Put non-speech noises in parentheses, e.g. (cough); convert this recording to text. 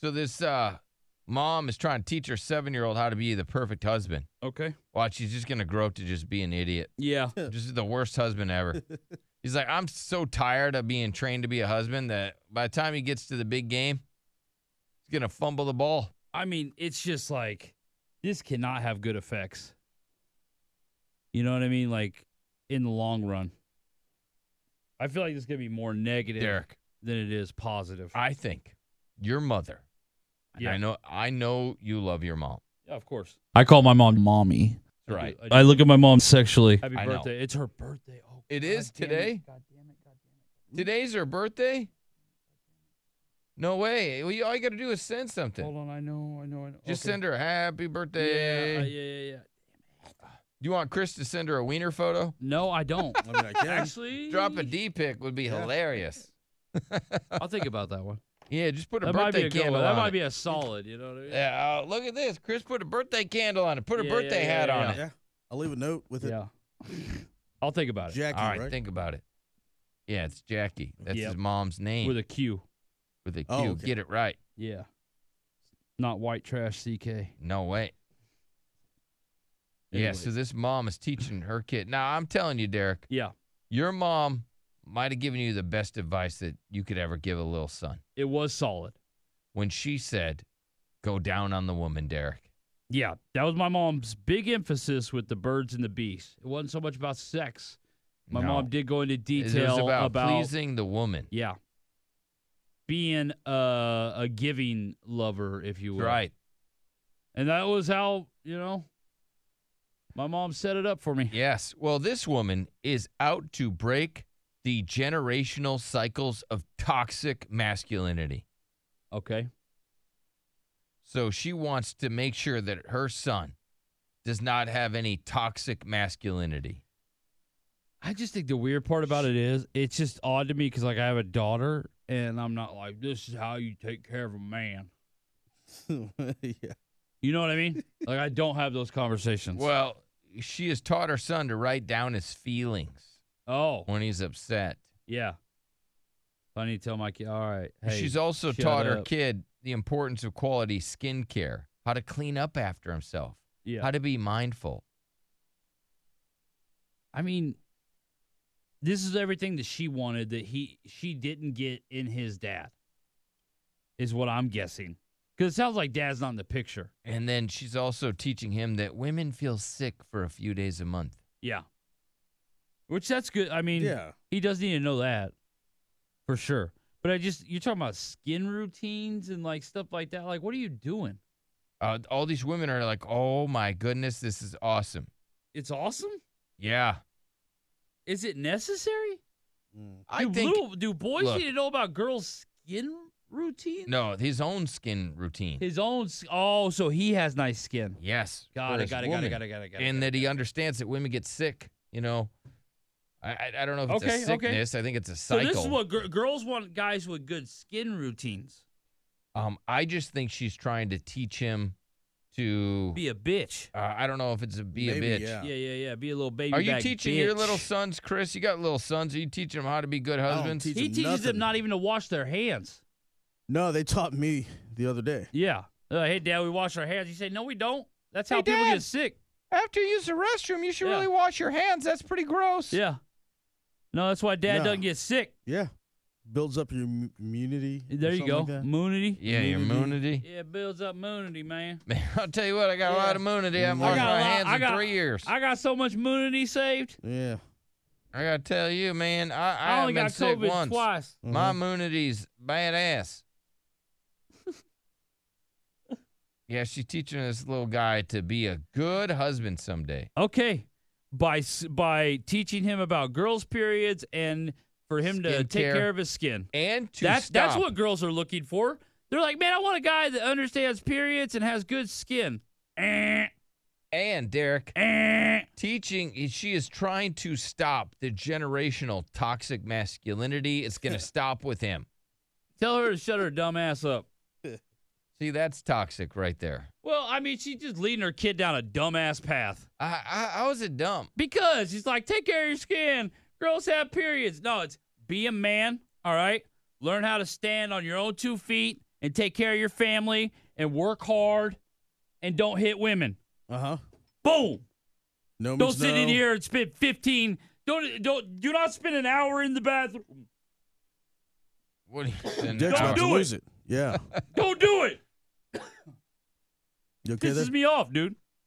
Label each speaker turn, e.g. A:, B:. A: So this uh, mom is trying to teach her seven-year-old how to be the perfect husband.
B: Okay.
A: Watch, he's just gonna grow up to just be an idiot.
B: Yeah.
A: Just the worst husband
B: (laughs)
A: ever. He's like, I'm so tired of being trained to be a husband that by the time he gets to the big game, he's gonna fumble the ball.
B: I mean, it's just like this cannot have good effects. You know what I mean? Like in the long run, I feel like this is gonna be more negative
A: Derek,
B: than it is positive.
A: I think your mother. and
B: Yeah.
A: I know. I know you love your mom.
B: yeah, of course. I call my mom mommy.
A: That's right.
B: I, look at my mom sexually. Happy
A: I know.
B: birthday! It's her birthday. Oh,
A: It is
B: God damn
A: today?
B: God damn it! God damn it!
A: Today's her birthey. No way. Well, you- all you got to do is send something.
B: Hold on, I know, I know, I know.
A: Just
B: Okay.
A: send her a happy birthday.
B: Yeah, uh, yeah, yeah, yeah.
A: You want Chris to send her a wiener photo?
B: No, I don't.
C: I mean, I can.
B: Actually,
A: Drop a D pic would be
C: Yeah.
A: hilarious.
B: I'll think about that one.
A: Yeah, just put a
B: That might be
A: birthday
B: a good
A: candle
B: one. That
A: on
B: might
A: it.
B: be a solid. You know what I mean?
A: yeah, uh, look at this. Chris put a birthday candle on it. Put a
B: Yeah, yeah,
A: birthday
B: yeah,
A: hat
B: yeah,
A: on
B: yeah.
A: it.
C: Yeah. I'll leave a note with it.
B: Yeah. I'll think about it.
C: Jackie,
A: All right,
C: right?
A: think about it. Yeah, it's Jackie. That's
B: Yep.
A: his mom's name
B: With a Q.
A: with a Q.
C: Oh, okay.
A: Get it right.
B: Yeah. Not white trash CK.
A: No way. Yeah, so
B: Anyways.
A: this mom is teaching her kid. Now, I'm telling you, Derek,
B: Yeah.
A: your mom might have given you the best advice that you could ever give a little son
B: It was solid.
A: when she said, Go down on the woman, Derek.
B: Yeah. That was my mom's big emphasis with the birds and the bees. It wasn't so much about sex. My
A: No.
B: mom did go into
A: It was
B: detail
A: about, pleasing the woman.
B: yeah. Being a, a giving lover, if you will.
A: Right.
B: And that was how, you know, my mom set it up for me.
A: Yes. Well, this woman is out to break the generational cycles of toxic masculinity.
B: Okay.
A: So she wants to make sure that her son does not have any toxic masculinity.
B: I just think the weird part about it is it's just odd to me because like I have a daughter and I'm not like this is how you take care of a man.
C: (laughs) yeah.
B: You know what
A: (laughs)
B: I mean? like I don't have those conversations.
A: Well, she has taught her son to write down his feelings
B: oh
A: when he's upset.
B: yeah. I need to tell my kid. All right, hey,
A: She's also
B: shut
A: taught her
B: up.
A: kid the importance of quality skincare, how to clean up after himself,
B: Yeah,
A: how to be mindful.
B: I mean, this is everything that she wanted that he she didn't get in his dad. Is what I'm guessing because it sounds like dad's not in the picture.
A: And then she's also teaching him that women feel sick for a few days a month.
B: Yeah, which that's good. I mean,
C: Yeah.
B: He does need to know that for sure. But I just you're talking about skin routines and like stuff like that. Like, what are you doing?
A: Uh, all these women are like, oh my goodness, this is awesome.
B: It's awesome.
A: Yeah.
B: Is it necessary?
C: Mm.
A: I
B: do
A: think.
B: little- do boys
A: look.
B: need to know about girls' skin routine?
A: No, his own skin routine.
B: His own. s- Oh, so he has nice skin.
A: yes.
B: Got
A: for
B: it.
A: his
B: Got it. Got it.
A: woman.
B: Got it. Got it. Got it.
A: and
B: got
A: that
B: it,
A: he
B: got it.
A: understands that women get sick. You know, I I, I don't know if it's
B: Okay,
A: a
B: okay.
A: sickness. I think it's a
B: So
A: cycle.
B: this is what gir- girls want: guys with good skin routines.
A: um, I just think she's trying to teach him to.
B: Be a bitch.
A: uh, I don't know if it's a be
C: Maybe,
A: a bitch.
C: yeah.
B: Yeah, yeah, yeah. Be a little baby.
A: Are you
B: back
A: teaching your
B: bitch.
A: little sons, Chris? You got little sons. Are you teaching them how to be good
C: don't
A: husbands?
C: teach-
B: He teaches them
C: Nothing.
B: not even to wash their hands.
C: No, they taught me the other day.
B: Yeah. They're like, hey, Dad, we wash our hands. You say, no, we don't. That's how
A: Hey,
B: people
A: Dad.
B: get sick.
A: After you use the restroom, you should
B: Yeah.
A: really wash your hands. That's pretty gross.
B: Yeah. No, that's why Dad
C: No.
B: doesn't get sick.
C: Yeah. Builds up your mu- immunity. or
B: There you
C: something
B: go.
C: like that.
B: Moonity.
A: Yeah, your moonity.
B: Yeah, it builds up moonity, man.
A: Man, I'll tell you what, I got a
B: Yeah.
A: lot of moonity. I haven't
C: I
A: washed
B: got a
A: my
B: lot-
A: hands
B: I
A: in
B: got-
A: three years.
B: I got so much moonity saved.
C: Yeah.
A: I gotta tell you, man, I, I,
B: I,
A: haven't
B: only
A: been
B: got
A: sick
B: COVID
A: once.
B: twice. Mm-hmm.
A: My
C: Mhm.
A: immunity's
B: (laughs)
A: badass. yeah, she's teaching this little guy to be a good husband someday.
B: Okay. By s- by teaching him about girls' periods and for him to
A: Skin
B: take
A: care.
B: care of his skin.
A: And to
B: That's
A: stop.
B: that's what girls are looking for. They're like, man, I want a guy that understands periods and has good skin. Eh,
A: And Derek
B: eh.
A: teaching. She is trying to stop the generational toxic masculinity. It's
B: (laughs)
A: gonna stop with him.
B: Tell her to shut her dumb ass up.
A: See, that's toxic right there.
B: Well, I mean, she's just leading her kid down a dumbass path
A: I I, I was a dumb.
B: because she's like, take care of your skin. Girls have periods. No, it's be a man, all right? Learn how to stand on your own two feet and take care of your family and work hard and don't hit women.
C: Uh huh.
B: Boom.
C: No,
B: Don't
C: means
B: sit in
C: no.
B: here and spend 15. Don't don't do not spend an hour in the bathroom.
A: What are you saying?
C: Jake's
B: Don't
C: about
B: do
C: to
B: it.
C: lose it. Yeah.
B: Don't do it.
C: You okay
B: Pisses
C: there?
B: me off, dude.